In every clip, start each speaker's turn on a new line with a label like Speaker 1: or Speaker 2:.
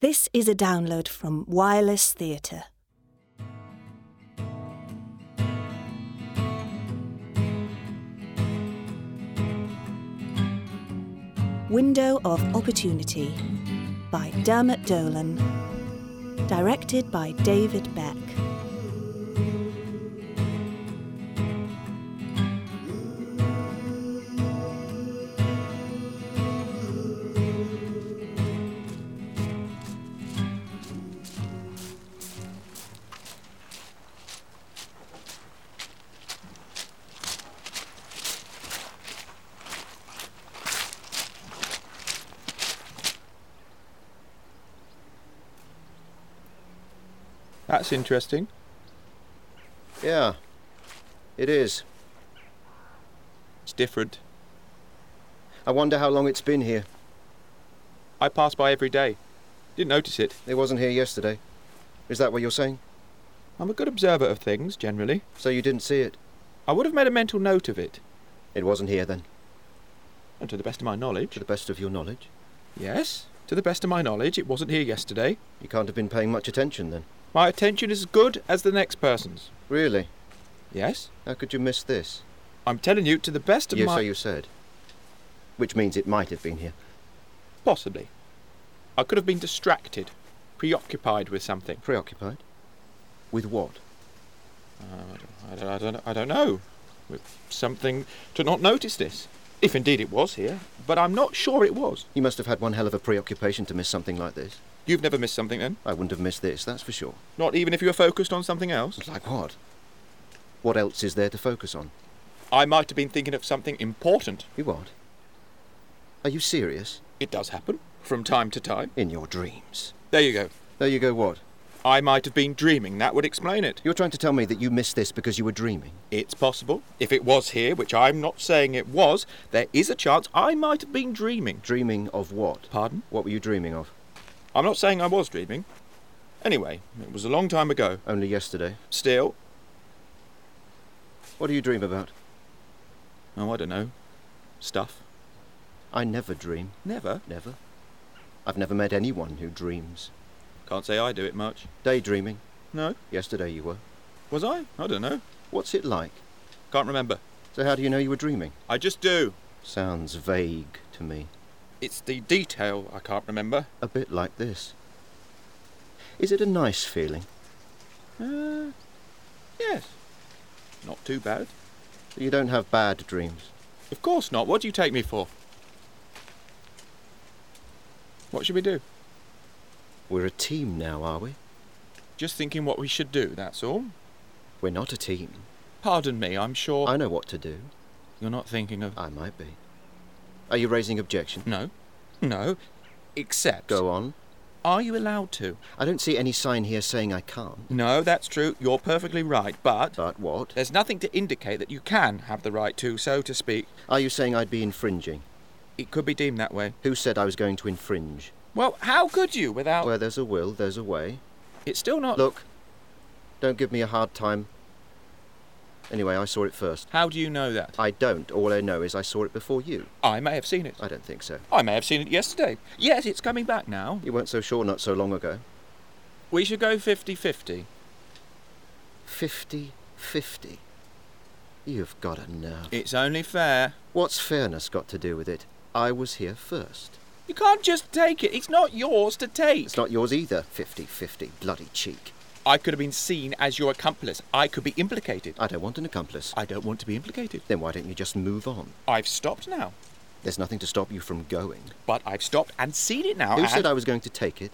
Speaker 1: This is a download from Wireless Theatre. Window of Opportunity by Dermot Dolan. Directed by David Beck.
Speaker 2: That's interesting.
Speaker 3: Yeah, it is.
Speaker 2: It's different.
Speaker 3: I wonder how long it's been here.
Speaker 2: I pass by every day. Didn't notice it.
Speaker 3: It wasn't here yesterday. Is that what you're saying?
Speaker 2: I'm a good observer of things, generally.
Speaker 3: So you didn't see it?
Speaker 2: I would have made a mental note of it.
Speaker 3: It wasn't here then,
Speaker 2: And to the best of my knowledge.
Speaker 3: to the best of your knowledge.
Speaker 2: Yes, to the best of my knowledge, it wasn't here yesterday.
Speaker 3: You can't have been paying much attention then.
Speaker 2: My attention is as good as the next person's.
Speaker 3: Really?
Speaker 2: Yes?
Speaker 3: How could you miss this?
Speaker 2: I'm telling you, to the best of
Speaker 3: yes,
Speaker 2: my.
Speaker 3: so you said. Which means it might have been here.
Speaker 2: Possibly. I could have been distracted, preoccupied with something.
Speaker 3: Preoccupied? With what?
Speaker 2: I don't, I don't, I don't know. With something to not notice this. If indeed it was here, but I'm not sure it was.
Speaker 3: You must have had one hell of a preoccupation to miss something like this.
Speaker 2: You've never missed something then?
Speaker 3: I wouldn't have missed this, that's for sure.
Speaker 2: Not even if you were focused on something else?
Speaker 3: Like what? What else is there to focus on?
Speaker 2: I might have been thinking of something important.
Speaker 3: You what? Are you serious?
Speaker 2: It does happen, from time to time.
Speaker 3: In your dreams.
Speaker 2: There you go.
Speaker 3: There you go, what?
Speaker 2: I might have been dreaming, that would explain it.
Speaker 3: You're trying to tell me that you missed this because you were dreaming.
Speaker 2: It's possible. If it was here, which I'm not saying it was, there is a chance I might have been dreaming.
Speaker 3: Dreaming of what?
Speaker 2: Pardon?
Speaker 3: What were you dreaming of?
Speaker 2: I'm not saying I was dreaming. Anyway, it was a long time ago.
Speaker 3: Only yesterday.
Speaker 2: Still,
Speaker 3: What do you dream about?
Speaker 2: oh, I don't know. Stuff.
Speaker 3: I never dream.
Speaker 2: Never.
Speaker 3: Never. I've never met anyone who dreams.
Speaker 2: Can't say I do it much.
Speaker 3: Daydreaming.
Speaker 2: No.
Speaker 3: Yesterday you were.
Speaker 2: Was I? I don't know.
Speaker 3: What's it like?
Speaker 2: Can't remember.
Speaker 3: So how do you know you were dreaming?
Speaker 2: I just do.
Speaker 3: Sounds vague to me.
Speaker 2: It's the detail I can't remember.
Speaker 3: A bit like this. Is it a nice feeling?
Speaker 2: Uh, yes. Not too bad.
Speaker 3: You don't have bad dreams.
Speaker 2: Of course not. What do you take me for? What should we do?
Speaker 3: We're a team now, are we?
Speaker 2: Just thinking what we should do, that's all.
Speaker 3: We're not a team.
Speaker 2: Pardon me, I'm sure.
Speaker 3: I know what to do.
Speaker 2: You're not thinking of.
Speaker 3: I might be. Are you raising objection?
Speaker 2: No. No. Except.
Speaker 3: Go on.
Speaker 2: Are you allowed to?
Speaker 3: I don't see any sign here saying I can't.
Speaker 2: No, that's true. You're perfectly right, but.
Speaker 3: But what?
Speaker 2: There's nothing to indicate that you can have the right to, so to speak.
Speaker 3: Are you saying I'd be infringing?
Speaker 2: It could be deemed that way.
Speaker 3: Who said I was going to infringe?
Speaker 2: Well, how could you without.
Speaker 3: Where there's a will, there's a way.
Speaker 2: it's still not.
Speaker 3: Look, don't give me a hard time. Anyway, I saw it first.
Speaker 2: How do you know that?
Speaker 3: I don't. All I know is I saw it before you.
Speaker 2: I may have seen it.
Speaker 3: I don't think so.
Speaker 2: I may have seen it yesterday. Yes, it's coming back now.
Speaker 3: You weren't so sure not so long ago.
Speaker 2: We should go 50 50.
Speaker 3: Fifty, fifty. You've got a nerve.
Speaker 2: It's only fair.
Speaker 3: What's fairness got to do with it? I was here first.
Speaker 2: You can't just take it. It's not yours to take.
Speaker 3: It's not yours either. Fifty, fifty. Bloody cheek.
Speaker 2: I could have been seen as your accomplice. I could be implicated.
Speaker 3: I don't want an accomplice.
Speaker 2: I don't want to be implicated.
Speaker 3: Then why don't you just move on?
Speaker 2: I've stopped now.
Speaker 3: There's nothing to stop you from going.
Speaker 2: But I've stopped and seen it now.
Speaker 3: Who
Speaker 2: and
Speaker 3: said Oh, I was going to take it?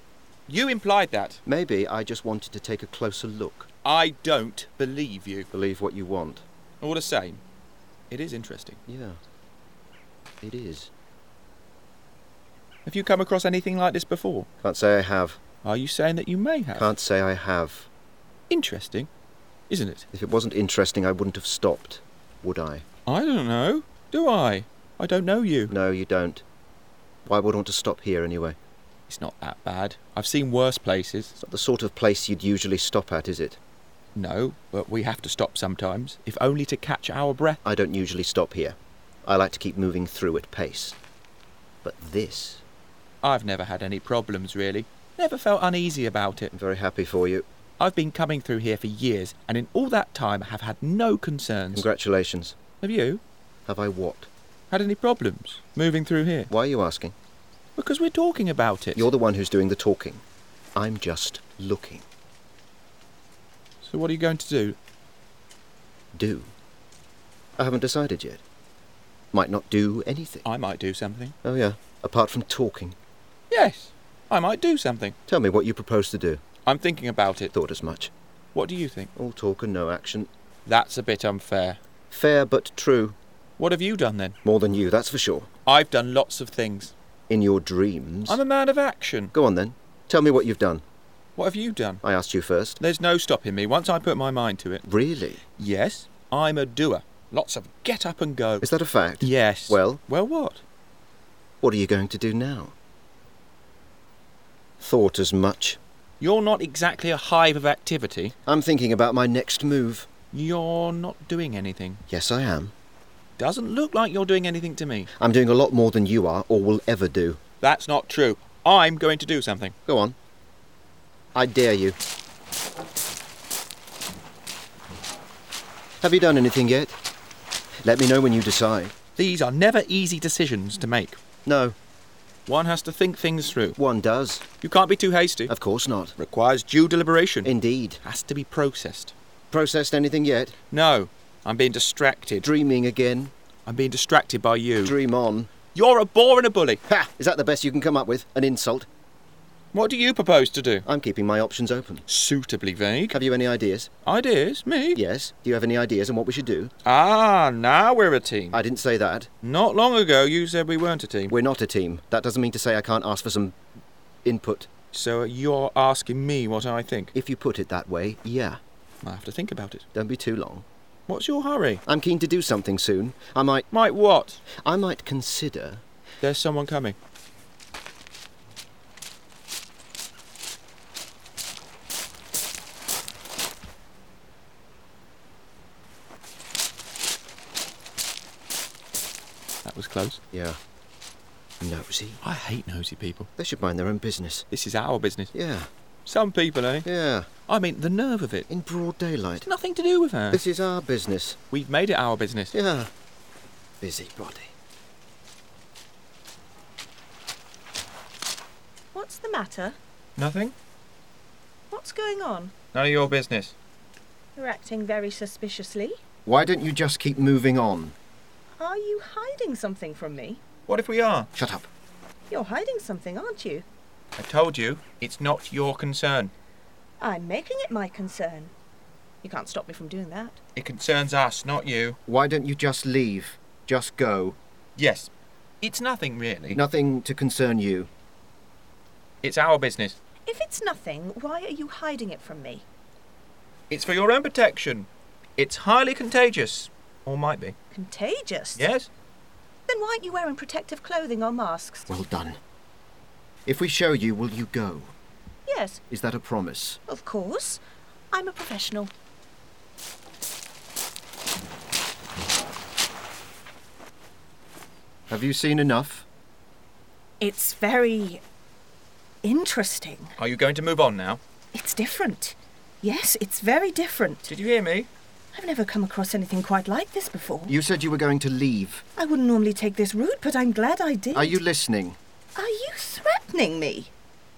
Speaker 2: You implied that.
Speaker 3: Maybe I just wanted to take a closer look.
Speaker 2: I don't believe you.
Speaker 3: Believe what you want.
Speaker 2: All the same, it is interesting.
Speaker 3: Yeah. It is.
Speaker 2: Have you come across anything like this before?
Speaker 3: Can't say I have.
Speaker 2: Are you saying that you may have?
Speaker 3: Can't say I have.
Speaker 2: Interesting, isn't it?
Speaker 3: If it wasn't interesting, I wouldn't have stopped, would I?
Speaker 2: I don't know. Do I? I don't know you.
Speaker 3: No, you don't. Why would I want to stop here anyway?
Speaker 2: It's not that bad. I've seen worse places.
Speaker 3: It's not the sort of place you'd usually stop at, is it?
Speaker 2: No, but we have to stop sometimes, if only to catch our breath.
Speaker 3: I don't usually stop here. I like to keep moving through at pace. But this.
Speaker 2: I've never had any problems, really. Never felt uneasy about it.
Speaker 3: I'm very happy for you.
Speaker 2: I've been coming through here for years, and in all that time have had no concerns.
Speaker 3: Congratulations.
Speaker 2: have you?
Speaker 3: Have I what?
Speaker 2: Had any problems moving through here?
Speaker 3: Why are you asking?
Speaker 2: Because we're talking about it.
Speaker 3: You're the one who's doing the talking. I'm just looking.
Speaker 2: So what are you going to do?
Speaker 3: Do. I haven't decided yet. Might not do anything.
Speaker 2: I might do something.
Speaker 3: Oh, yeah. Apart from talking.
Speaker 2: Yes, I might do something.
Speaker 3: Tell me what you propose to do.
Speaker 2: I'm thinking about it.
Speaker 3: Thought as much.
Speaker 2: What do you think?
Speaker 3: All talk and no action.
Speaker 2: That's a bit unfair.
Speaker 3: Fair but true.
Speaker 2: What have you done then?
Speaker 3: More than you, that's for sure.
Speaker 2: I've done lots of things.
Speaker 3: In your dreams.
Speaker 2: I'm a man of action.
Speaker 3: Go on then. Tell me what you've done.
Speaker 2: What have you done?
Speaker 3: I asked you first.
Speaker 2: There's no stopping me once I put my mind to it.
Speaker 3: Really?
Speaker 2: Yes, I'm a doer. Lots of get up and go.
Speaker 3: Is that a fact?
Speaker 2: Yes.
Speaker 3: Well?
Speaker 2: Well, what?
Speaker 3: What are you going to do now? Thought as much.
Speaker 2: You're not exactly a hive of activity.
Speaker 3: I'm thinking about my next move.
Speaker 2: You're not doing anything.
Speaker 3: Yes, I am.
Speaker 2: Doesn't look like you're doing anything to me.
Speaker 3: I'm doing a lot more than you are or will ever do.
Speaker 2: That's not true. I'm going to do something.
Speaker 3: Go on. I dare you. Have you done anything yet? Let me know when you decide.
Speaker 2: These are never easy decisions to make.
Speaker 3: No,
Speaker 2: One has to think things through.
Speaker 3: one does.
Speaker 2: You can't be too hasty.
Speaker 3: Of course not.
Speaker 2: Requires due deliberation.
Speaker 3: Indeed.
Speaker 2: Has to be processed.
Speaker 3: Processed anything yet?
Speaker 2: No, I'm being distracted.
Speaker 3: Dreaming again.
Speaker 2: I'm being distracted by you.
Speaker 3: Dream on.
Speaker 2: You're a bore and a bully.
Speaker 3: Ha! Is that the best you can come up with? An insult?
Speaker 2: What do you propose to do?
Speaker 3: I'm keeping my options open.
Speaker 2: Suitably vague.
Speaker 3: Have you any ideas?
Speaker 2: Ideas? Me?
Speaker 3: Yes. Do you have any ideas on what we should do?
Speaker 2: Ah, now we're a team.
Speaker 3: I didn't say that.
Speaker 2: Not long ago you said we weren't a team.
Speaker 3: We're not a team. That doesn't mean to say I can't ask for some input.
Speaker 2: So you're asking me what I think.
Speaker 3: If you put it that way, yeah.
Speaker 2: I have to think about it.
Speaker 3: Don't be too long.
Speaker 2: What's your hurry?
Speaker 3: I'm keen to do something soon. I might
Speaker 2: Might what?
Speaker 3: I might consider
Speaker 2: There's someone coming. That was close.
Speaker 3: Yeah. Nosy.
Speaker 2: I hate nosy people.
Speaker 3: They should mind their own business.
Speaker 2: This is our business.
Speaker 3: Yeah.
Speaker 2: Some people, eh?
Speaker 3: Yeah.
Speaker 2: I mean, the nerve of it.
Speaker 3: In broad daylight.
Speaker 2: It's nothing to do with her.
Speaker 3: This is our business.
Speaker 2: We've made it our business.
Speaker 3: Yeah. Busybody.
Speaker 1: What's the matter?
Speaker 2: Nothing?
Speaker 1: What's going on?
Speaker 2: None of your business.
Speaker 1: You're acting very suspiciously.
Speaker 3: Why don't you just keep moving on?
Speaker 1: Are you hiding something from me?
Speaker 2: What if we are?
Speaker 3: Shut up.
Speaker 1: You're hiding something, aren't you?
Speaker 2: I told you, it's not your concern.
Speaker 1: I'm making it my concern. You can't stop me from doing that.
Speaker 2: It concerns us, not you.
Speaker 3: Why don't you just leave? Just go.
Speaker 2: Yes. It's nothing really.
Speaker 3: Nothing to concern you.
Speaker 2: It's our business.
Speaker 1: If it's nothing, why are you hiding it from me?
Speaker 2: It's for your own protection. It's highly contagious. Or might be.
Speaker 1: Contagious?
Speaker 2: Yes?
Speaker 1: Then why aren't you wearing protective clothing or masks?
Speaker 3: Well done. If we show you, will you go?
Speaker 1: Yes,
Speaker 3: Is that a promise?
Speaker 1: of course. I'm a professional.
Speaker 3: Have you seen enough?
Speaker 1: It's very interesting.
Speaker 2: Are you going to move on now?
Speaker 1: It's different. Yes, it's very different.
Speaker 2: Did you hear me?
Speaker 1: I've never come across anything quite like this before.
Speaker 3: You said you were going to leave.
Speaker 1: I wouldn't normally take this route, but I'm glad I did.
Speaker 3: Are you listening?
Speaker 1: Are you threatening me?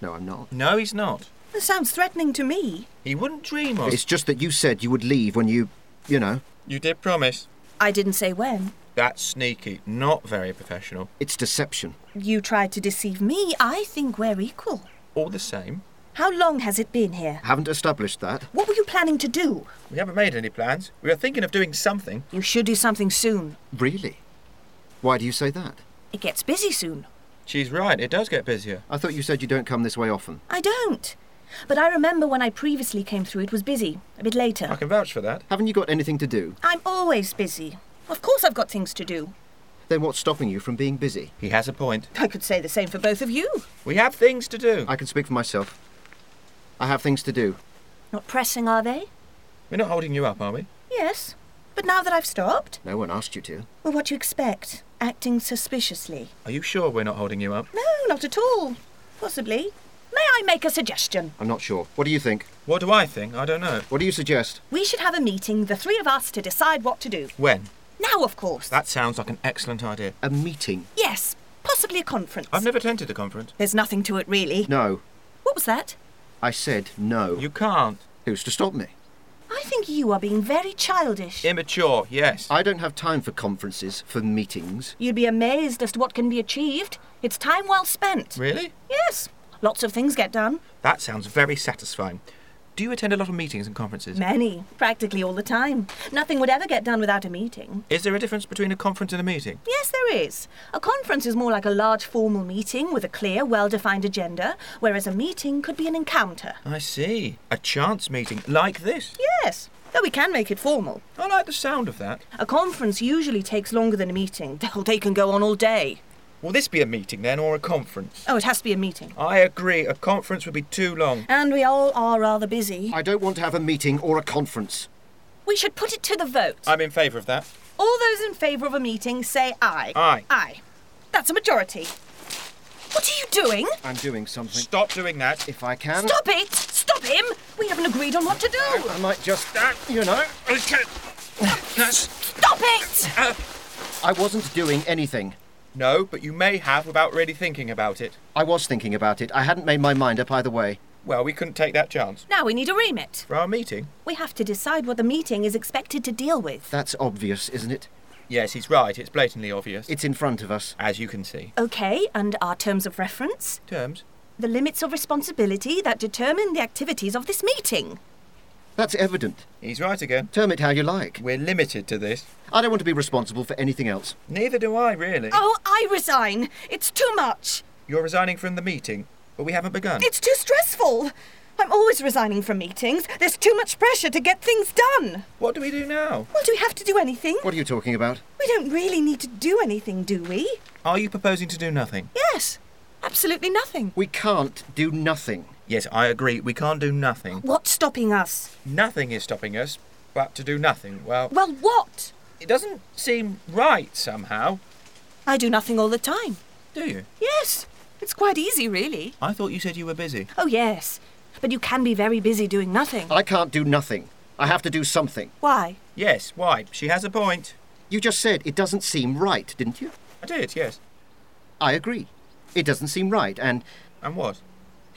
Speaker 3: No, I'm not.
Speaker 2: No, he's not.
Speaker 1: That sounds threatening to me.
Speaker 2: He wouldn't dream of.
Speaker 3: It's just that you said you would leave when you, you know.
Speaker 2: You did promise.
Speaker 1: I didn't say when.
Speaker 2: That's sneaky. Not very professional.
Speaker 3: It's deception.
Speaker 1: You tried to deceive me. I think we're equal.
Speaker 2: All the same,
Speaker 1: How long has it been here?
Speaker 3: Haven't established that.
Speaker 1: What were you planning to do?
Speaker 2: we haven't made any plans. We were thinking of doing something.
Speaker 1: You should do something soon.
Speaker 3: Really? Why do you say that?
Speaker 1: It gets busy soon.
Speaker 2: She's right. It does get busier.
Speaker 3: I thought you said you don't come this way often.
Speaker 1: I don't. But I remember when I previously came through, it was busy. A bit later.
Speaker 2: I can vouch for that.
Speaker 3: Haven't you got anything to do?
Speaker 1: I'm always busy. Of course, I've got things to do.
Speaker 3: Then what's stopping you from being busy?
Speaker 2: He has a point.
Speaker 1: I could say the same for both of you.
Speaker 2: We have things to do.
Speaker 3: I can speak for myself. I have things to do.
Speaker 1: Not pressing, are they?
Speaker 2: We're not holding you up, are we?
Speaker 1: Yes. But now that I've stopped,
Speaker 3: No one asked you to.
Speaker 1: well, what do you expect? Acting suspiciously?
Speaker 2: Are you sure we're not holding you up?
Speaker 1: No, not at all. Possibly. May I make a suggestion?
Speaker 3: I'm not sure. What do you think?
Speaker 2: What do I think? I don't know.
Speaker 3: What do you suggest?
Speaker 1: We should have a meeting, the three of us, to decide what to do.
Speaker 2: When?
Speaker 1: Now, of course.
Speaker 2: That sounds like an excellent idea.
Speaker 3: A meeting?
Speaker 1: Yes, possibly a conference.
Speaker 2: I've never attended a conference.
Speaker 1: There's nothing to it, really.
Speaker 3: No.
Speaker 1: What was that?
Speaker 3: I said no.
Speaker 2: You can't.
Speaker 3: Who's to stop me?
Speaker 1: I think you are being very childish.
Speaker 2: Immature, yes.
Speaker 3: I don't have time for conferences, for meetings.
Speaker 1: You'd be amazed as to what can be achieved. It's time well spent.
Speaker 2: Really?
Speaker 1: Yes, lots of things get done.
Speaker 2: That sounds very satisfying. Do you attend a lot of meetings and conferences?
Speaker 1: Many, practically all the time. Nothing would ever get done without a meeting.
Speaker 2: Is there a difference between a conference and a meeting?
Speaker 1: Yes, there is. A conference is more like a large formal meeting with a clear, well defined agenda, whereas a meeting could be an encounter.
Speaker 2: I see. A chance meeting like this.
Speaker 1: Yes, though we can make it formal.
Speaker 2: I like the sound of that.
Speaker 1: A conference usually takes longer than a meeting. They can go on all day.
Speaker 2: Will this be a meeting then or a conference?
Speaker 1: Oh, it has to be a meeting.
Speaker 2: I agree. A conference would be too long.
Speaker 1: And we all are rather busy.
Speaker 3: I don't want to have a meeting or a conference.
Speaker 1: We should put it to the vote.
Speaker 2: I'm in favour of that.
Speaker 1: All those in favour of a meeting say aye.
Speaker 2: Aye.
Speaker 1: Aye. That's a majority. What are you doing?
Speaker 3: I'm doing something.
Speaker 2: Stop doing that.
Speaker 3: If I can.
Speaker 1: Stop it! Stop him! We haven't agreed on what to do!
Speaker 3: I might just. You know.
Speaker 1: Stop it!
Speaker 3: I wasn't doing anything.
Speaker 2: Ah, No, but you may have without really thinking about it.
Speaker 3: I was thinking about it. I hadn't made my mind up either way.
Speaker 2: Well, we couldn't take that chance.
Speaker 1: Now we need a remit.
Speaker 2: For our meeting?
Speaker 1: We have to decide what the meeting is expected to deal with.
Speaker 3: That's obvious, isn't it?
Speaker 2: Yes, he's right. It's blatantly obvious.
Speaker 3: It's in front of us.
Speaker 2: As you can see.
Speaker 1: Okay, and our terms of reference?
Speaker 2: Terms?
Speaker 1: The limits of responsibility that determine the activities of this meeting.
Speaker 3: That's evident.
Speaker 2: He's right again.
Speaker 3: Term it how you like.
Speaker 2: We're limited to this.
Speaker 3: I don't want to be responsible for anything else.
Speaker 2: Neither do I, really.
Speaker 1: Oh, I resign! It's too much!
Speaker 2: You're resigning from the meeting, but we haven't begun.
Speaker 1: It's too stressful! I'm always resigning from meetings. There's too much pressure to get things done.
Speaker 2: What do we do now?
Speaker 1: Well, do we have to do anything?
Speaker 3: What are you talking about?
Speaker 1: We don't really need to do anything, do we?
Speaker 2: Are you proposing to do nothing?
Speaker 1: Yes, absolutely nothing.
Speaker 3: We can't do nothing.
Speaker 2: Yes, I agree. We can't do nothing.
Speaker 1: What's stopping us?
Speaker 2: Nothing is stopping us, but to do nothing, well,
Speaker 1: Well, what?
Speaker 2: it doesn't seem right somehow.
Speaker 1: I do nothing all the time.
Speaker 2: Do you?
Speaker 1: Yes, it's quite easy, really.
Speaker 2: I thought you said you were busy.
Speaker 1: Oh, yes. But you can be very busy doing nothing.
Speaker 3: I can't do nothing. I have to do something.
Speaker 1: Why?
Speaker 2: Yes, why? She has a point.
Speaker 3: You just said it doesn't seem right, didn't you?
Speaker 2: I did, yes.
Speaker 3: I agree. It doesn't seem right, and
Speaker 2: And what?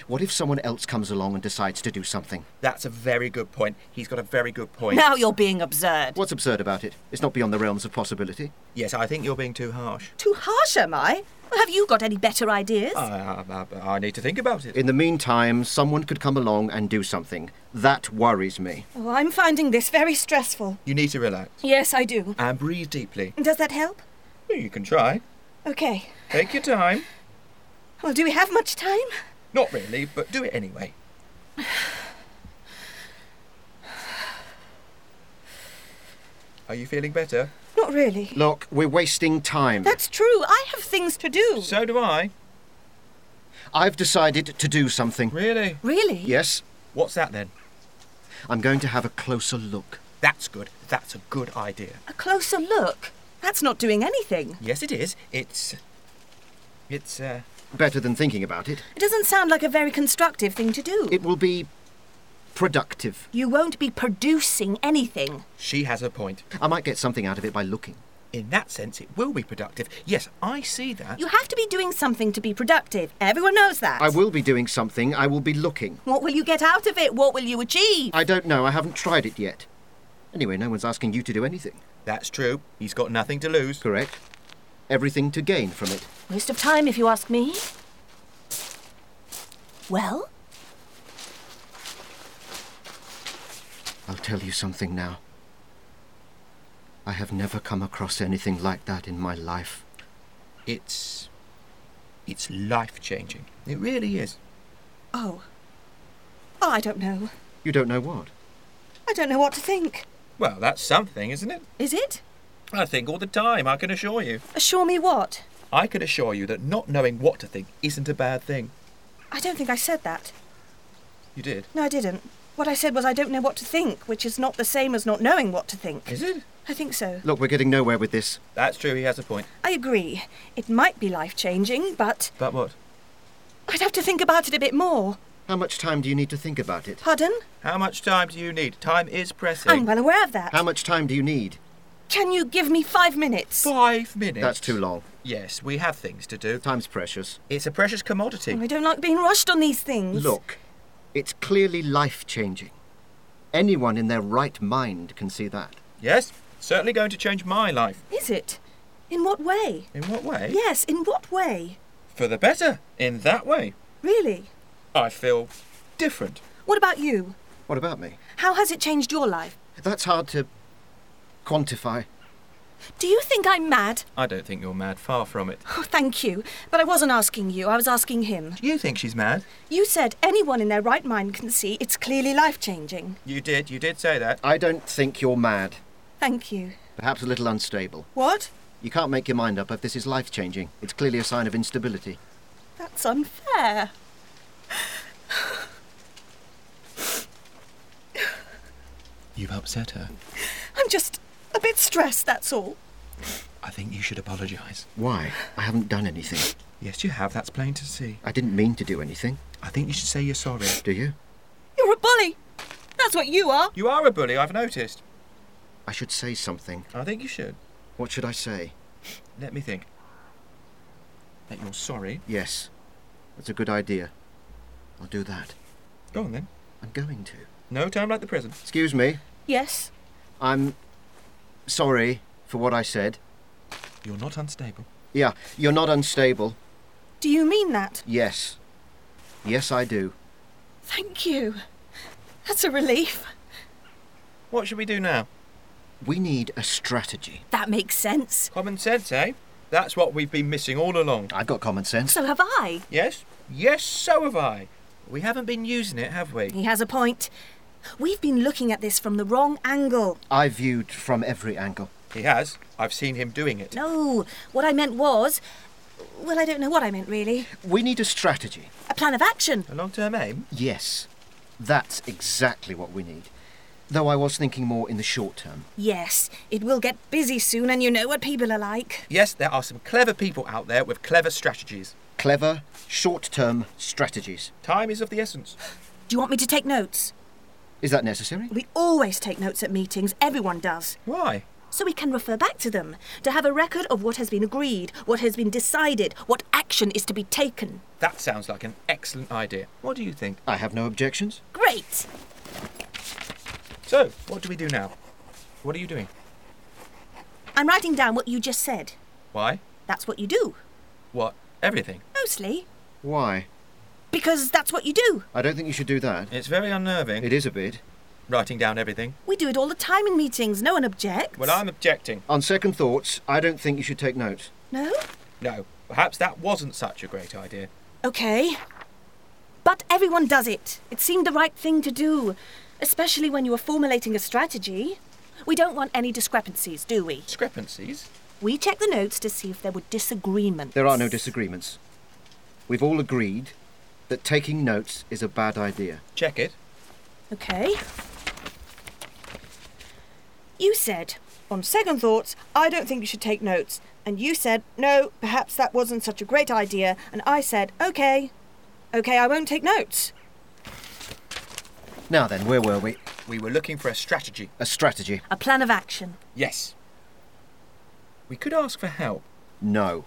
Speaker 3: what if someone else comes along and decides to do something?
Speaker 2: That's a very good point. He's got a very good point.
Speaker 1: Now you're being absurd.
Speaker 3: What's absurd about it? It's not beyond the realms of possibility.
Speaker 2: Yes, I think you're being too harsh.
Speaker 1: Too harsh, am I? Well, have you got any better ideas?
Speaker 2: I, I, I, I need to think about it.
Speaker 3: In the meantime, someone could come along and do something. That worries me.
Speaker 1: Oh, I'm finding this very stressful.
Speaker 2: You need to relax
Speaker 1: Yes, I do.
Speaker 2: and breathe deeply.
Speaker 1: Does that help?
Speaker 2: You can try.
Speaker 1: Okay.
Speaker 2: Take your time.
Speaker 1: Well, Oh, do we have much time?
Speaker 2: Not really, but do it anyway. Are you feeling better?
Speaker 1: Not really.
Speaker 3: Look, we're wasting time.
Speaker 1: That's true. I have things to do.
Speaker 2: So do I.
Speaker 3: I've decided to do something.
Speaker 2: Really?
Speaker 1: Really?
Speaker 3: Yes,
Speaker 2: What's that then?
Speaker 3: I'm going to have a closer look.
Speaker 2: That's good. That's a good idea.
Speaker 1: A closer look. That's not doing anything.
Speaker 2: Yes, it is. It's. It's, uh.
Speaker 3: Better than thinking about it.
Speaker 1: It doesn't sound like a very constructive thing to do.
Speaker 3: It will be productive.
Speaker 1: You won't be producing anything.
Speaker 2: She has a point.
Speaker 3: I might get something out of it by looking.
Speaker 2: In that sense, it will be productive. Yes, I see that.
Speaker 1: You have to be doing something to be productive. Everyone knows that.
Speaker 3: I will be doing something, I will be looking.
Speaker 1: What will you get out of it? What will you achieve?
Speaker 3: I don't know, I haven't tried it yet. Anyway, no one's asking you to do anything,
Speaker 2: That's true. He's got nothing to lose.
Speaker 3: correct? Everything to gain from it.
Speaker 1: Waste of time, if you ask me. Well,
Speaker 3: I'll tell you something now. I have never come across anything like that in my life.
Speaker 2: It's. It's life changing. It really is.
Speaker 1: oh. Oh, I don't know.
Speaker 3: You don't know what?
Speaker 1: I don't know what to think.
Speaker 2: Well, that's something, isn't it?
Speaker 1: Is it?
Speaker 2: I think all the time, I can assure you.
Speaker 1: Assure me what?
Speaker 2: I can assure you that not knowing what to think isn't a bad thing.
Speaker 1: I don't think I said that.
Speaker 2: You did?
Speaker 1: No, I didn't. What I said was I don't know what to think, which is not the same as not knowing what to think.
Speaker 2: Is it?
Speaker 1: I think so.
Speaker 3: Look, we're getting nowhere with this.
Speaker 2: That's true, he has a point.
Speaker 1: I agree. It might be life changing, but
Speaker 2: But what?
Speaker 1: I'd have to think about it a bit more.
Speaker 3: How much time do you need to think about it?
Speaker 1: Pardon?
Speaker 2: How much time do you need? Time is pressing.
Speaker 1: I'm well aware of that.
Speaker 3: How much time do you need?
Speaker 1: Can you give me five minutes?
Speaker 2: Five minutes.
Speaker 3: That's too long.
Speaker 2: Yes, we have things to do.
Speaker 3: Time's precious.
Speaker 2: It's a precious commodity.
Speaker 1: I don't like being rushed on these things.
Speaker 3: Look, it's clearly life changing. Anyone in their right mind can see that.
Speaker 2: Yes, certainly going to change my life.
Speaker 1: Is it? In what way?
Speaker 2: In what way?
Speaker 1: Yes, in what way?
Speaker 2: For the better. In that way.
Speaker 1: Really?
Speaker 2: I feel different.
Speaker 1: What about you?
Speaker 3: What about me?
Speaker 1: How has it changed your life?
Speaker 3: That's hard to quantify.
Speaker 1: Do you think I'm mad?
Speaker 2: I don't think you're mad. Far from it.
Speaker 1: Oh, thank you. But I wasn't asking you, I was asking him.
Speaker 2: Do you think she's mad?
Speaker 1: You said anyone in their right mind can see it's clearly life changing.
Speaker 2: You did. You did say that.
Speaker 3: I don't think you're mad.
Speaker 1: Thank you.
Speaker 3: Perhaps a little unstable.
Speaker 1: What?
Speaker 3: You can't make your mind up if this is life changing. It's clearly a sign of instability.
Speaker 1: That's unfair.
Speaker 2: You've upset her.
Speaker 1: I'm just a bit stressed, that's all.
Speaker 2: I think you should apologise.
Speaker 3: Why? I haven't done anything.
Speaker 2: Yes, you have. That's plain to see.
Speaker 3: I didn't mean to do anything.
Speaker 2: I think you should say you're sorry.
Speaker 3: Do you?
Speaker 1: You're a bully. That's what you are.
Speaker 2: You are a bully, I've noticed.
Speaker 3: I should say something.
Speaker 2: I think you should.
Speaker 3: What should I say?
Speaker 2: Let me think. That you're sorry.
Speaker 3: Yes. That's a good idea. I'll do that.
Speaker 2: Go on then.
Speaker 3: I'm going to.
Speaker 2: No time like the present.
Speaker 3: Excuse me.
Speaker 1: Yes.
Speaker 3: I'm sorry for what I said.
Speaker 2: You're not unstable.
Speaker 3: Yeah, you're not unstable.
Speaker 1: Do you mean that?
Speaker 3: Yes. Yes, I do.
Speaker 1: Thank you. That's a relief.
Speaker 2: What should we do now?
Speaker 3: We need a strategy.
Speaker 1: That makes sense.
Speaker 2: Common sense, eh? That's what we've been missing all along.
Speaker 3: I've got common sense.
Speaker 1: So have I.
Speaker 2: Yes? Yes, so have I. We haven't been using it, have we?
Speaker 1: He has a point. We've been looking at this from the wrong angle.
Speaker 3: I viewed from every angle.
Speaker 2: He has. I've seen him doing it.
Speaker 1: No, what I meant was. Well, I don't know what I meant really.
Speaker 3: We need a strategy.
Speaker 1: A plan of action.
Speaker 2: A long term aim?
Speaker 3: Yes. That's exactly what we need. Though I was thinking more in the short term.
Speaker 1: Yes, it will get busy soon, and you know what people are like.
Speaker 2: Yes, there are some clever people out there with clever strategies.
Speaker 3: Clever, short term strategies.
Speaker 2: Time is of the essence.
Speaker 1: Do you want me to take notes?
Speaker 3: Is that necessary?
Speaker 1: We always take notes at meetings, everyone does.
Speaker 2: Why?
Speaker 1: So we can refer back to them, to have a record of what has been agreed, what has been decided, what action is to be taken.
Speaker 2: That sounds like an excellent idea. What do you think?
Speaker 3: I have no objections.
Speaker 1: Great!
Speaker 2: So, what do we do now? What are you doing?
Speaker 1: I'm writing down what you just said.
Speaker 2: Why?
Speaker 1: That's what you do.
Speaker 2: What? Everything.
Speaker 1: Mostly.
Speaker 3: Why?
Speaker 1: Because that's what you do.
Speaker 3: I don't think you should do that.
Speaker 2: It's very unnerving,
Speaker 3: It is a bit.
Speaker 2: writing down everything.
Speaker 1: We do it all the time in meetings. No one objects.
Speaker 2: Well, I'm objecting.
Speaker 3: On second thoughts, I don't think you should take notes.
Speaker 1: No?
Speaker 2: No, perhaps that wasn't such a great idea.
Speaker 1: Okay. But everyone does it. It seemed the right thing to do, especially when you were formulating a strategy. We don't want any discrepancies, do we?
Speaker 2: Discrepancies?
Speaker 1: We check the notes to see if there were disagreements.
Speaker 3: There are no disagreements. We've all agreed that taking notes is a bad idea.
Speaker 2: Check it.
Speaker 1: Okay. You said, on second thoughts, I don't think you should take notes. And you said, no, perhaps that wasn't such a great idea. And I said, okay, okay, I won't take notes.
Speaker 3: Now then, where were we?
Speaker 2: We were looking for a strategy.
Speaker 3: A strategy.
Speaker 1: A plan of action.
Speaker 2: Yes. We could ask for help.
Speaker 3: No.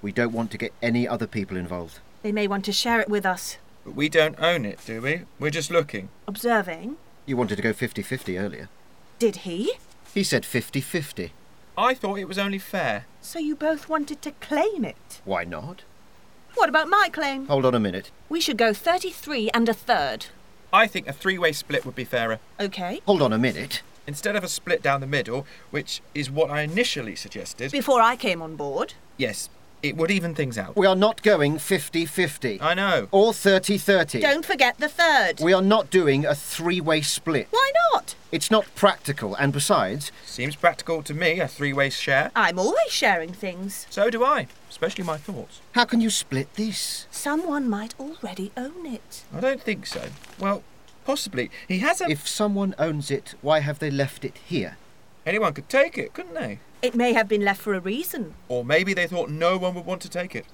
Speaker 3: We don't want to get any other people involved.
Speaker 1: They may want to share it with us.
Speaker 2: But we don't own it, do we? We're just looking.
Speaker 1: Observing.
Speaker 3: You wanted to go 50 50 earlier.
Speaker 1: Did he?
Speaker 3: He said 50 50.
Speaker 2: I thought it was only fair.
Speaker 1: So you both wanted to claim it.
Speaker 3: Why not?
Speaker 1: What about my claim?
Speaker 3: Hold on a minute.
Speaker 1: We should go 33 and a third.
Speaker 2: I think a three way split would be fairer.
Speaker 1: Okay.
Speaker 3: Hold on a minute.
Speaker 2: Instead of a split down the middle, which is what I initially suggested,
Speaker 1: Before I came on board.
Speaker 2: yes, it would even things out.
Speaker 3: We are not going 50 50.
Speaker 2: I know.
Speaker 3: Or 30 30.
Speaker 1: Don't forget the third.
Speaker 3: We are not doing a three way split.
Speaker 1: Why not?
Speaker 3: It's not practical, and besides,
Speaker 2: Seems practical to me, a three way share.
Speaker 1: I'm always sharing things.
Speaker 2: So do I, especially my thoughts.
Speaker 3: how can you split this?
Speaker 1: Someone might already own it.
Speaker 2: I don't think so. Well, possibly. He has a.
Speaker 3: If someone owns it, why have they left it here?
Speaker 2: Anyone could take it, couldn't they?
Speaker 1: It may have been left for a reason.
Speaker 2: Or maybe they thought no one would want to take it.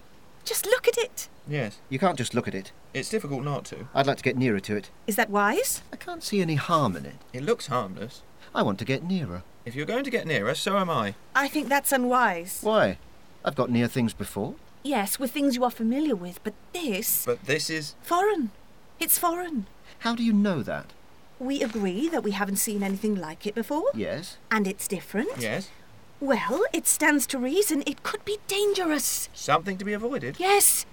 Speaker 1: Just look at it.
Speaker 2: Yes,
Speaker 3: You can't just look at it.
Speaker 2: it's difficult not to.
Speaker 3: I'd like to get nearer to it.
Speaker 1: Is that wise?
Speaker 3: I can't see any harm in it.
Speaker 2: It looks harmless.
Speaker 3: I want to get nearer.
Speaker 2: If you're going to get nearer, so am I.
Speaker 1: I think that's unwise.
Speaker 3: Why? I've got near things before.
Speaker 1: Yes, with things you are familiar with, but this.
Speaker 2: But this is.
Speaker 1: Foreign. It's foreign.
Speaker 3: How do you know that?
Speaker 1: We agree that we haven't seen anything like it before,
Speaker 3: Yes.
Speaker 1: and it's different.
Speaker 2: Yes,
Speaker 1: Well, it stands to reason it could be dangerous.
Speaker 2: something to be avoided.
Speaker 1: Yes,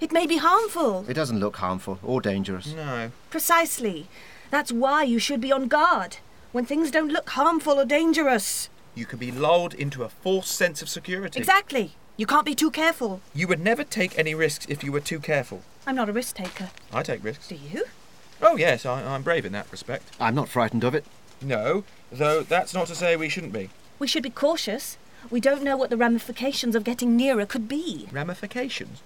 Speaker 1: it may be harmful.
Speaker 3: It doesn't look harmful or dangerous.
Speaker 2: No.
Speaker 1: Precisely. That's why you should be on guard when things don't look harmful or dangerous.
Speaker 2: You could be lulled into a false sense of security.
Speaker 1: Exactly. You can't be too careful.
Speaker 2: You would never take any risks if you were too careful.
Speaker 1: I'm not a risk taker.
Speaker 2: I take risks.
Speaker 1: Do you?
Speaker 2: Oh, yes, I, I'm brave in that respect.
Speaker 3: I'm not frightened of it.
Speaker 2: No, though that's not to say we shouldn't be.
Speaker 1: We should be cautious. We don't know what the ramifications of getting nearer could be.
Speaker 2: Ramifications?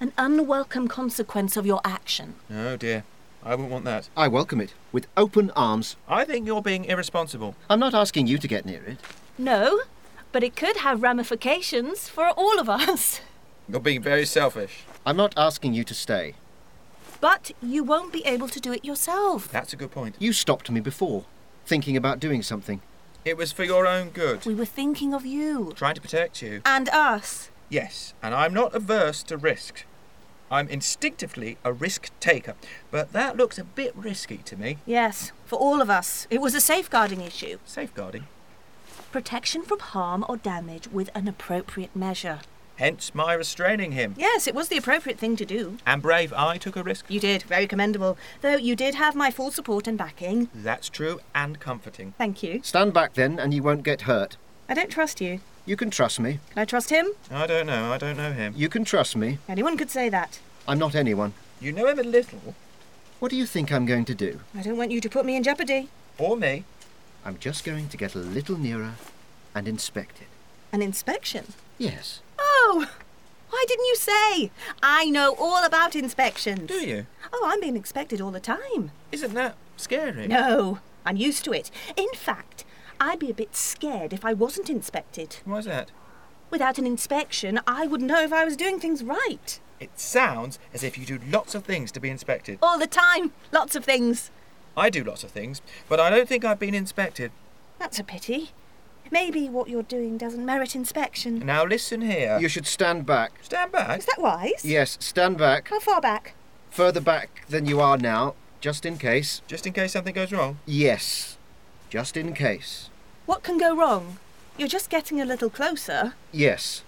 Speaker 1: An unwelcome consequence of your action.
Speaker 2: Oh dear, I wouldn't want that.
Speaker 3: I welcome it with open arms.
Speaker 2: I think you're being irresponsible.
Speaker 3: I'm not asking you to get near it.
Speaker 4: No, but it could have ramifications for all of us.
Speaker 2: You're being very selfish.
Speaker 3: I'm not asking you to stay.
Speaker 1: But you won't be able to do it yourself.
Speaker 2: That's a good point.
Speaker 3: You stopped me before, thinking about doing something.
Speaker 2: It was for your own good.
Speaker 1: We were thinking of you.
Speaker 2: Trying to protect you.
Speaker 1: And us.
Speaker 2: Yes, and I'm not averse to risk. I'm instinctively a risk taker, but that looks a bit risky to me.
Speaker 1: Yes, for all of us. It was a safeguarding issue.
Speaker 2: Safeguarding.
Speaker 1: Protection from harm or damage with an appropriate measure.
Speaker 2: Hence my restraining him.
Speaker 1: Yes, it was the appropriate thing to do.
Speaker 2: And brave, I took a risk.
Speaker 1: You did, very commendable. Though you did have my full support and backing.
Speaker 2: That's true and comforting.
Speaker 1: Thank you.
Speaker 3: Stand back then, and you won't get hurt.
Speaker 1: I don't trust you.
Speaker 3: You can trust me.
Speaker 1: Can I trust him?
Speaker 2: I don't know, I don't know him.
Speaker 3: You can trust me.
Speaker 1: Anyone could say that.
Speaker 3: I'm not anyone.
Speaker 2: You know him a little,
Speaker 3: What do you think I'm going to do?
Speaker 1: I don't want you to put me in jeopardy.
Speaker 2: or me.
Speaker 3: I'm just going to get a little nearer and inspect it.
Speaker 1: An inspection?
Speaker 3: Yes.
Speaker 1: Oh! Why didn't you say? I know all about inspections.
Speaker 2: Do you?
Speaker 1: Oh, I'm being inspected all the time.
Speaker 2: Isn't that scary?
Speaker 1: No, I'm used to it. In fact, I'd be a bit scared if I wasn't inspected.
Speaker 2: Why's that?
Speaker 1: Without an inspection, I would know if I was doing things right.
Speaker 2: It sounds as if you do lots of things to be inspected.
Speaker 1: All the time, lots of things.
Speaker 2: I do lots of things, but I don't think I've been inspected.
Speaker 1: That's a pity. Maybe what you're doing doesn't merit inspection.
Speaker 2: Now listen here.
Speaker 3: Uh, You should stand back.
Speaker 2: stand back.
Speaker 1: Is that wise?
Speaker 3: Yes, stand back.
Speaker 1: How far back?
Speaker 3: Further back than you are now, just in case.
Speaker 2: Just in case something goes wrong.
Speaker 3: Yes. Just in case.
Speaker 1: What can go wrong? You're just getting a little closer.
Speaker 3: Yes.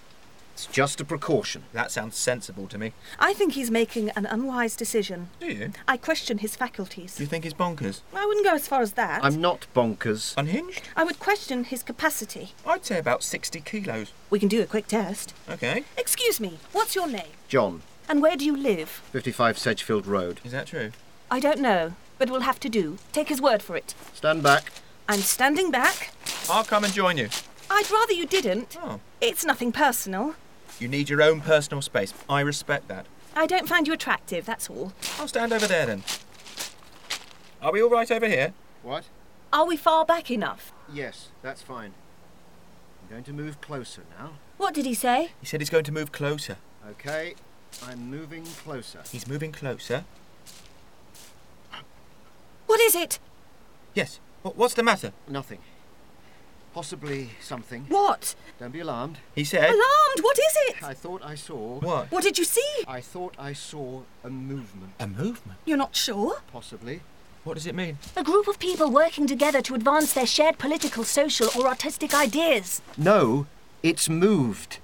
Speaker 3: It's just a precaution.
Speaker 2: That sounds sensible to me.
Speaker 1: I think he's making an unwise decision.
Speaker 2: Do you?
Speaker 1: I question his faculties.
Speaker 2: Do you think he's bonkers?
Speaker 1: I wouldn't go as far as that.
Speaker 3: I'm not bonkers.
Speaker 2: Unhinged?
Speaker 1: I would question his capacity.
Speaker 2: I'd say about 60 kilos.
Speaker 1: We can do a quick test.
Speaker 2: Okay.
Speaker 1: Excuse me, what's your name?
Speaker 3: John,
Speaker 1: And where do you live?
Speaker 3: 55 Sedgefield Road.
Speaker 2: Is that true?
Speaker 4: I don't know, but we'll have to do. Take his word for it.
Speaker 3: Stand back.
Speaker 1: I'm standing back.
Speaker 2: I'll come and join you.
Speaker 1: I'd rather you didn't.
Speaker 2: Oh.
Speaker 1: It's nothing personal.
Speaker 2: You need your own personal space. I respect that.
Speaker 4: I don't find you attractive, that's all.
Speaker 2: I'll stand over there then. Are we all right over here?
Speaker 3: What?
Speaker 4: Are we far back enough?
Speaker 3: Yes, that's fine. I'm going to move closer now.
Speaker 4: What did he say?
Speaker 2: He said he's going to move closer.
Speaker 3: Okay, I'm moving closer.
Speaker 2: He's moving closer.
Speaker 4: What is it?
Speaker 2: Yes. Wh- What's the matter?
Speaker 3: Nothing. Possibly something.
Speaker 1: What?
Speaker 3: Don't be alarmed.
Speaker 2: He said.
Speaker 1: Alarmed? What is it?
Speaker 3: I thought I saw.
Speaker 2: What?
Speaker 1: What did you see?
Speaker 3: I thought I saw a movement,
Speaker 2: A movement.
Speaker 1: You're not sure?
Speaker 3: possibly.
Speaker 2: What does it mean?
Speaker 4: A group of people working together to advance their shared political, social, or artistic ideas.
Speaker 3: No, it's moved.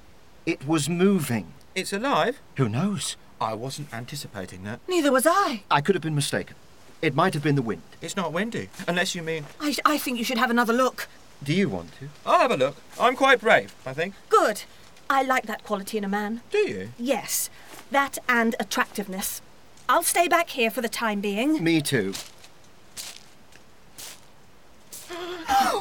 Speaker 3: It was moving.
Speaker 2: It's alive.
Speaker 3: Who knows?
Speaker 2: I wasn't anticipating that.
Speaker 1: Neither was I.
Speaker 3: I could have been mistaken. It might have been the wind.
Speaker 2: It's not windy. Unless you mean.
Speaker 1: I, I think you should have another look.
Speaker 3: Do you want to?
Speaker 2: I'll have a look. I'm quite brave, I think.
Speaker 1: Good. I like that quality in a man.
Speaker 2: Do you?
Speaker 1: Yes, that and attractiveness. I'll stay back here for the time being.
Speaker 3: Me too.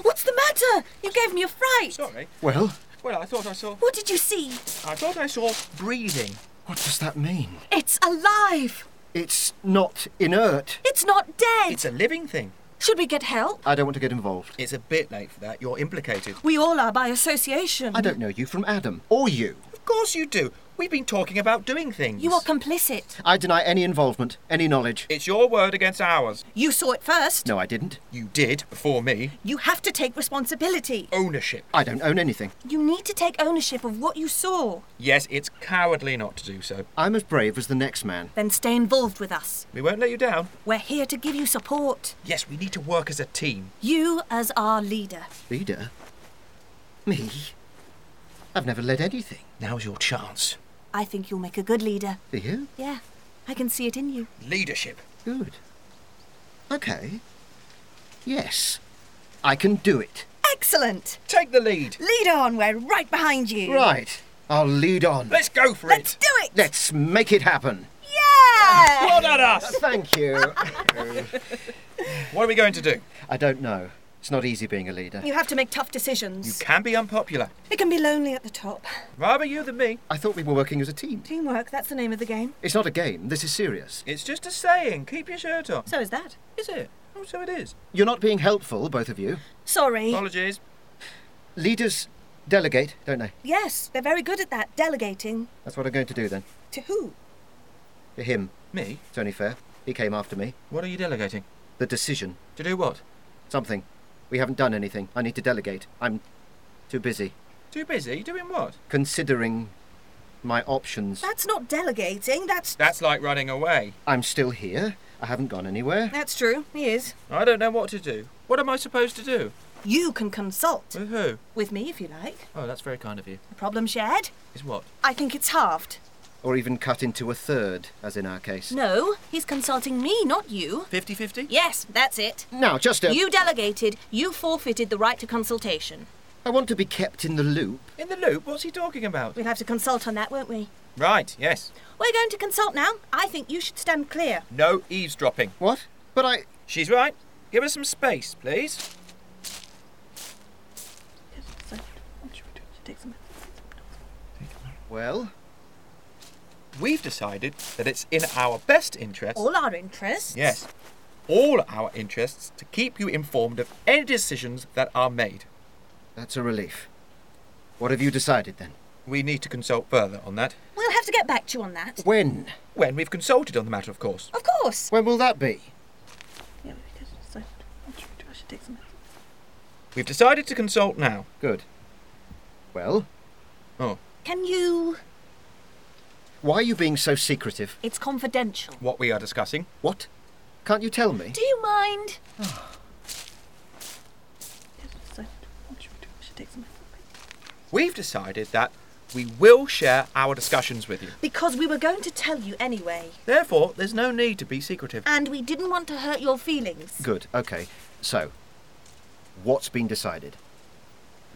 Speaker 1: What's the matter? You gave me a fright.
Speaker 2: Sorry.
Speaker 3: Well,
Speaker 2: Well, I thought I saw.
Speaker 1: What did you see?
Speaker 2: I thought I saw breathing.
Speaker 3: what does that mean?
Speaker 1: It's alive.
Speaker 3: It's not inert.
Speaker 1: It's not dead.
Speaker 2: It's a living thing.
Speaker 1: Should we get help?
Speaker 3: I don't want to get involved.
Speaker 2: It's a bit late for that. You're implicated.
Speaker 1: We all are by association.
Speaker 3: I don't know you from Adam. Or you.
Speaker 2: Of course you do. We've been talking about doing things.
Speaker 5: You are complicit.
Speaker 3: I deny any involvement, any knowledge.
Speaker 2: It's your word against ours.
Speaker 1: You saw it first.
Speaker 3: No, I didn't.
Speaker 2: You did before me.
Speaker 1: You have to take responsibility.
Speaker 2: Ownership.
Speaker 3: I don't own anything.
Speaker 5: You need to take ownership of what you saw.
Speaker 2: Yes, it's cowardly not to do so.
Speaker 3: I'm as brave as the next man.
Speaker 5: Then stay involved with us.
Speaker 2: We won't let you down.
Speaker 5: We're here to give you support.
Speaker 2: Yes, we need to work as a team.
Speaker 5: You as our leader.
Speaker 3: Leader? Me? I've never led anything.
Speaker 2: Now's your chance.
Speaker 5: I think you'll make a good leader.
Speaker 3: Do you?
Speaker 5: Yeah, I can see it in you.
Speaker 2: Leadership.
Speaker 3: Good. Okay. Yes. I can do it.
Speaker 1: Excellent.
Speaker 2: Take the lead.
Speaker 1: Lead on. We're right behind you.
Speaker 3: Right. I'll lead on.
Speaker 2: Let's go for
Speaker 1: Let's
Speaker 2: it.
Speaker 1: do it.
Speaker 3: Let's make it happen.
Speaker 1: Yeah.
Speaker 2: Well done, us.
Speaker 3: Thank you.
Speaker 2: What are we going to do?
Speaker 3: I don't know. It's not easy being a leader.
Speaker 1: You have to make tough
Speaker 2: You
Speaker 1: decisions.
Speaker 2: can be unpopular.
Speaker 1: It can be lonely at the top.
Speaker 2: Rather you than me.
Speaker 3: I thought we were working as a team.
Speaker 1: Teamwork, that's the name of the game.
Speaker 3: It's not a game. This is serious.
Speaker 2: It's just a saying. Keep your shirt on.
Speaker 1: So is that.
Speaker 2: Is it? Oh, so it is.
Speaker 3: You're not being helpful, both of you.
Speaker 1: Sorry.
Speaker 2: Apologies.
Speaker 3: Leaders delegate, don't they?
Speaker 1: Yes, they're very good at that. Delegating.
Speaker 3: That's what I'm going to do then.
Speaker 1: To who?
Speaker 3: To him.
Speaker 2: Me?
Speaker 3: It's only fair. He came after me.
Speaker 2: What are you delegating?
Speaker 3: The decision.
Speaker 2: To do what?
Speaker 3: Something. We haven't done anything. I need to delegate. I'm too busy.
Speaker 2: Too busy? Doing what?
Speaker 3: Considering my options.
Speaker 1: That's not delegating. That's.
Speaker 2: That's like running away.
Speaker 3: I'm still here. I haven't gone anywhere.
Speaker 1: That's true. He is.
Speaker 2: I don't know what to do. What am I supposed to do?
Speaker 1: You can consult
Speaker 2: With who?
Speaker 1: with me if you like.
Speaker 2: Oh, that's very kind of you.
Speaker 1: Problem shared.
Speaker 2: Is what?
Speaker 1: I think it's halved.
Speaker 3: Or even cut into a third, as in our case.
Speaker 5: No, he's consulting me, not you.
Speaker 2: 50 50?
Speaker 5: Yes, that's it.
Speaker 3: Now, just uh, a.
Speaker 5: You delegated, you forfeited the right to consultation.
Speaker 3: I want to be kept in the loop.
Speaker 2: In the loop? What's he talking about?
Speaker 1: We'll have to consult on that, won't we?
Speaker 2: Right, yes.
Speaker 1: We're going to consult now. I think you should stand clear.
Speaker 2: No eavesdropping.
Speaker 3: What? But I.
Speaker 2: She's right. Give us some space, please.
Speaker 3: Well,
Speaker 2: We've decided that it's in our best interest.
Speaker 1: All our interests.
Speaker 2: Yes. All our interests to keep you informed of any decisions that are made.
Speaker 3: that's a relief. What have you decided then?
Speaker 2: We need to consult further on that.
Speaker 1: We'll have to get back to you on that.
Speaker 3: When?
Speaker 2: When we've consulted on the matter, of course.
Speaker 1: Of course.
Speaker 3: When will that be?
Speaker 2: We've decided to consult now.
Speaker 3: Good. Well,
Speaker 2: Oh,
Speaker 5: Can you?
Speaker 3: why are you being so secretive?
Speaker 5: It's confidential.
Speaker 2: what we are discussing.
Speaker 3: What? Can't you tell me?
Speaker 5: Do you mind?
Speaker 2: We've decided that we will share our discussions with you.
Speaker 1: Because we were going to tell you anyway.
Speaker 2: Therefore, there's no need to be secretive.
Speaker 1: And we didn't want to hurt your feelings.
Speaker 3: Good, okay. So, what's been decided?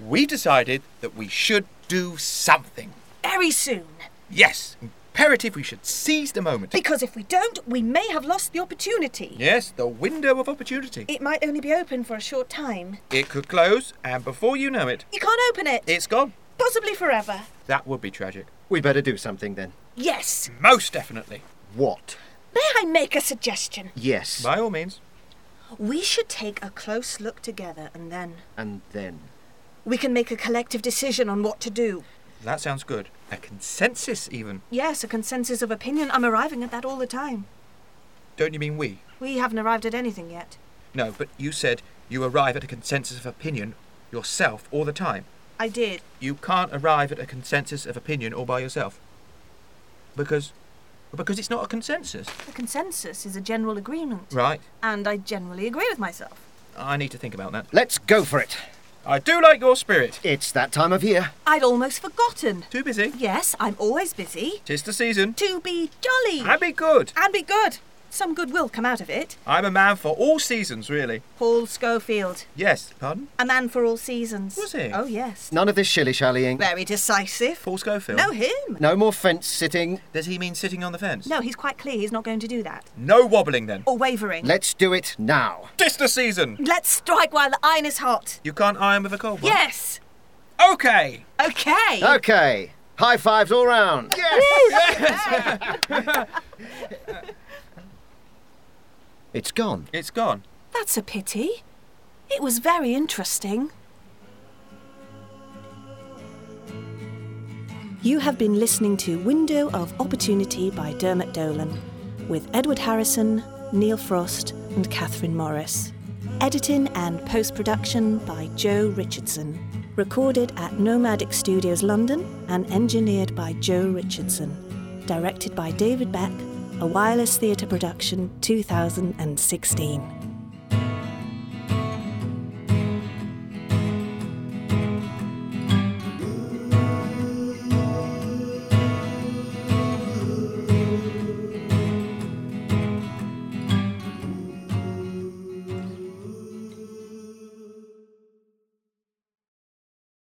Speaker 2: We decided that we should do something.
Speaker 1: Very soon.
Speaker 2: Yes, imperative we should seize the moment.
Speaker 1: Because if we don't, we may have lost the opportunity.
Speaker 2: Yes, the window of opportunity.
Speaker 1: It might only be open for a short time.
Speaker 2: It could close, and before you know it,
Speaker 1: You can't open it.
Speaker 2: it's gone.
Speaker 1: Possibly forever.
Speaker 2: That would be tragic.
Speaker 3: We better do something then.
Speaker 1: Yes.
Speaker 2: Most definitely.
Speaker 3: What?
Speaker 1: May I make a suggestion?
Speaker 3: Yes.
Speaker 2: By all means.
Speaker 1: We should take a close look together and then
Speaker 3: And then.
Speaker 1: we can make a collective decision on what to do.
Speaker 2: That sounds good. A consensus, even.
Speaker 1: Yes, a consensus of opinion. I'm arriving at that all the time.
Speaker 2: Don't you mean we?
Speaker 1: We haven't arrived at anything yet.
Speaker 2: No, but you said you arrive at a consensus of opinion yourself all the time.
Speaker 1: I did.
Speaker 2: You can't arrive at a consensus of opinion all by yourself. Because because it's not a consensus.
Speaker 1: A consensus is a general agreement.
Speaker 2: Right.
Speaker 1: And I generally agree with myself.
Speaker 2: I need to think about that.
Speaker 3: Let's go for it.
Speaker 2: I do like your spirit.
Speaker 3: It's that time of year.
Speaker 1: I'd almost forgotten.
Speaker 2: Too busy.
Speaker 1: Yes, I'm always busy.
Speaker 2: Tis the season.
Speaker 1: To be jolly.
Speaker 2: I be good.
Speaker 1: and be good. Some good will come out of it.
Speaker 2: I'm a man for all seasons, really.
Speaker 1: Paul Schofield,
Speaker 2: Yes. Pardon?
Speaker 1: a man for all seasons.
Speaker 2: Was he?
Speaker 1: Oh, yes.
Speaker 3: None of this shilly shallying.
Speaker 1: Very decisive.
Speaker 2: Paul Schofield.
Speaker 1: No, him.
Speaker 3: No more fence sitting.
Speaker 2: Does he mean sitting on the fence?
Speaker 1: No, he's quite clear he's not going to do that.
Speaker 2: No wobbling then.
Speaker 1: Or wavering.
Speaker 3: Let's do it now.
Speaker 2: Tis the season.
Speaker 1: Let's strike while the iron is hot.
Speaker 2: You can't iron with a cold one.
Speaker 1: Yes.
Speaker 2: Okay.
Speaker 1: Okay.
Speaker 3: Ah. Okay. High fives all round. It's gone.
Speaker 2: It's gone.
Speaker 5: That's a pity. It was very interesting.
Speaker 1: You have been listening to Window of Opportunity by Dermot Dolan with Edward Harrison, Neil Frost, and Catherine Morris. Editing and post production by Joe Richardson. Recorded at Nomadic Studios London and engineered by Joe Richardson. Directed by David Beck, a Wireless Theatre production 2016.